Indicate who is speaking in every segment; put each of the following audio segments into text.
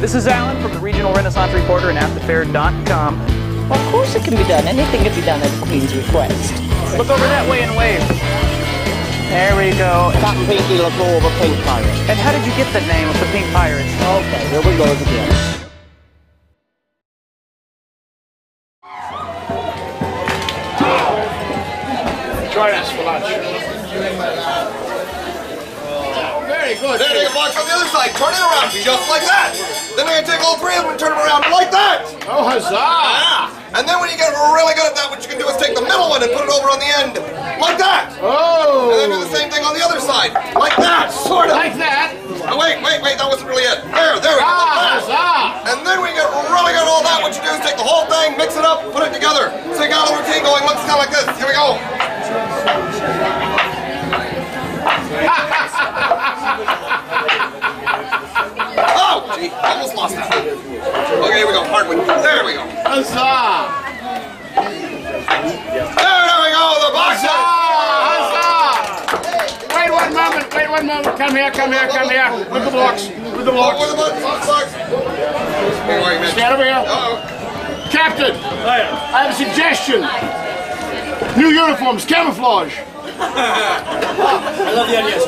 Speaker 1: This is Alan from the Regional Renaissance Reporter and AtTheFair.com.
Speaker 2: Of course it can be done. Anything can be done at the Queen's request.
Speaker 1: Look over that way and wave. There we go.
Speaker 2: That Pinky Lagoon of a pink pirate.
Speaker 1: And how did you get the name of the Pink Pirates?
Speaker 2: Okay, here we go again.
Speaker 3: Join us for lunch.
Speaker 4: Very good. Then take a box on the other side, turn it around just like that. Then we're gonna take all three of them and turn them around like that.
Speaker 3: Oh, huzzah!
Speaker 4: Yeah. And then when you get really good at that, what you can do is take the middle one and put it over on the end, like that. And then do
Speaker 3: Oh!
Speaker 4: the same thing on the other side, like that, sort of.
Speaker 3: Like that!
Speaker 4: Oh, wait, wait, wait, that wasn't really it. There, there we go.
Speaker 3: Ah,
Speaker 4: like that.
Speaker 3: huzzah!
Speaker 4: And then when you get really good at all that, what you do is take the whole thing, mix it up, put it together. So you got a routine going, looks kind of like this. Here we go. oh, gee, I almost lost that. Okay, here we go, hard one. There we go.
Speaker 3: Huzzah!
Speaker 4: There we go, the box. Oh,
Speaker 3: Huzzah! Huzzah! Wait one moment, wait one moment. Come here, come here, come here. With the blocks, with the
Speaker 4: Oh,
Speaker 3: blocks.
Speaker 4: with the box, box, box. Here, wait a minute.
Speaker 3: Stand over here.
Speaker 4: Uh-oh.
Speaker 3: Captain, I have a suggestion. New uniforms, camouflage.
Speaker 4: yes,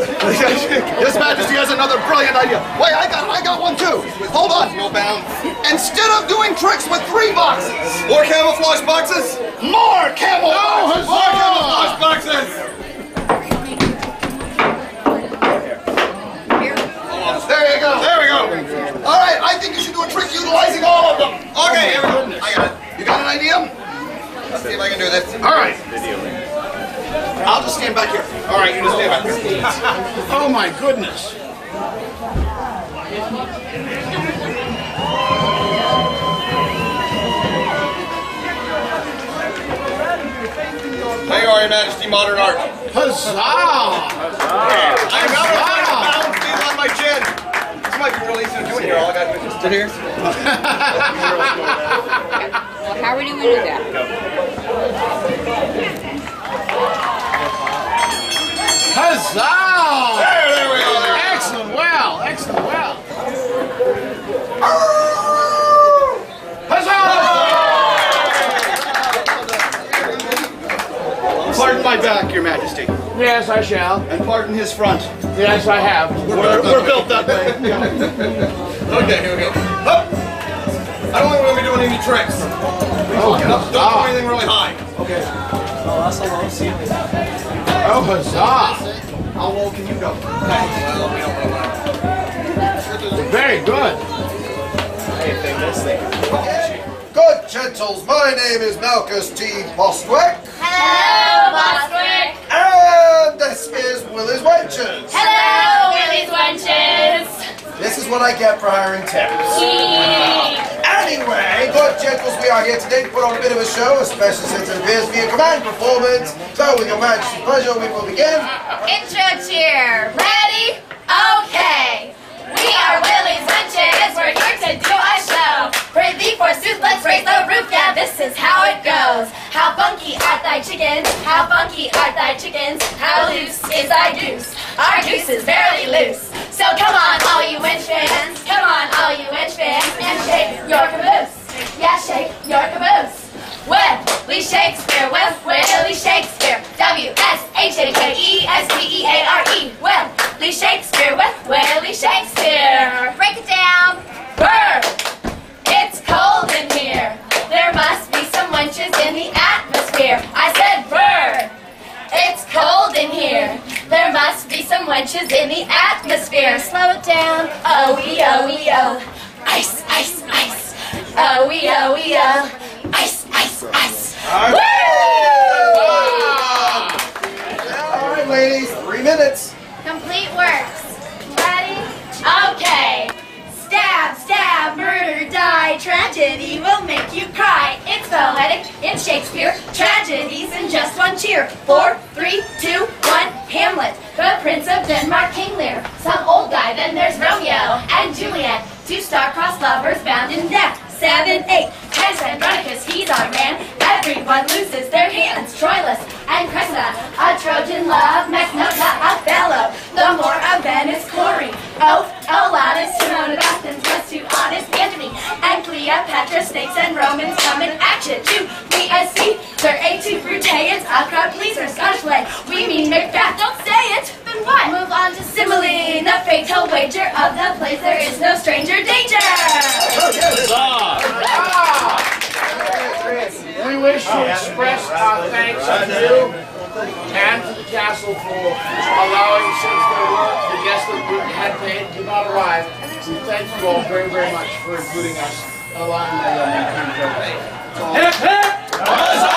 Speaker 4: Majesty has another brilliant idea. Wait, I got, I got one too. Hold on. No bounds. Instead of doing tricks with three boxes, more camouflage boxes, more camel.
Speaker 3: Oh,
Speaker 4: boxes. more
Speaker 3: huzzah!
Speaker 4: camouflage boxes. There you go. There we go. All right, I think you should do a trick utilizing all of them. Okay, here we go. I got it. You got an idea? Let's see if I can do this.
Speaker 3: All right.
Speaker 4: I'll just stand back here. All right, you just stand back here.
Speaker 3: Oh my goodness.
Speaker 4: There you are, Your Majesty, modern art.
Speaker 3: Huzzah!
Speaker 4: I got a lot of bound feel on my chin. This might be really easy to do in here. All I got to do is sit here.
Speaker 5: Well, how would you do that?
Speaker 3: Huzzah!
Speaker 4: There, there we go. There.
Speaker 3: Excellent, well, excellent, well. Huzzah!
Speaker 6: Pardon my back, Your Majesty,
Speaker 3: Yes, I shall.
Speaker 6: and pardon his front.
Speaker 3: Yes, I have.
Speaker 6: We're, we're built that way.
Speaker 4: Okay, here we go. Up. I don't think we're going to be doing any tricks. Don't do
Speaker 3: Ah.
Speaker 4: anything really high.
Speaker 3: Oh, huzzah!
Speaker 6: How low can you go?
Speaker 4: Well, we don't really want
Speaker 3: Very good.
Speaker 4: to. Good gentles, my name is Malchus T. Bostwick.
Speaker 7: Hello, Bostwick.
Speaker 4: And this is Willie's Wenches.
Speaker 7: Hello, Willie's Wenches.
Speaker 4: This is what I get for hiring tips.
Speaker 7: Yee.
Speaker 4: Anyway, good gentles, we are here today to put on a bit of a show, especially since it appears to be a command performance. So, with your majesty's pleasure, we will begin.
Speaker 7: Intro cheer. Ready? Okay. We are Willie's Wenches. We're here to do a show. Prithee, forsooth, let's raise the roof. Yeah, this is how it goes. How funky art thy chickens? How funky art thy chickens? How loose is thy goose? Our goose is barely loose. So come on, all you wench fans. Come on, all you wench fans, and shake your caboose. Yeah, shake your caboose. Willie Shakespeare, well, Willie Shakespeare, W S H A K E S P E A R E, Willie Shakespeare, well, Willie Shakespeare. Break it down. Burr. It's cold in here. There must be some wenches in the atmosphere. I said burr. It's cold in here. There must be some wenches in the atmosphere. Slow it down. Oh, we, oh, we, oh. Ice, ice, ice. Oh, we, oh, we, oh. Ice, ice, ice. Woo!
Speaker 4: All right, ladies, three minutes.
Speaker 7: Complete works. Ready? Okay. Stab, stab, murder, die. Tragedy will make you cry. It's poetic, it's Shakespeare. Tragedies in just one cheer. Four, three, two, one. Hamlet, the Prince of Denmark, King Lear. Some old guy, then there's Romeo and Juliet. Two star-crossed lovers bound in death. Seven, eight. Titus Andronicus, he's our man. Everyone loses their hands. Troilus and Cressida, a Trojan love. Magnolia, a fellow. The more of Venice glory. Oh, Olatus, Timon of Athens was too honest. Cleopatra, snakes and Romans coming at you. Jew, we a sea, they're A2 Brutans, a crowd pleaser, Scottish play. We mean Macbeth, don't say it, then what? Move on to simile, the fatal wager of the place, there is no stranger danger.
Speaker 3: We wish to express our thanks to you and to the castle for allowing, since their work, the guests that we had paid did not arrive. We thank you all very, uh, very much for including us and allowing the young men to come.
Speaker 6: Hip, hip! Huzzah!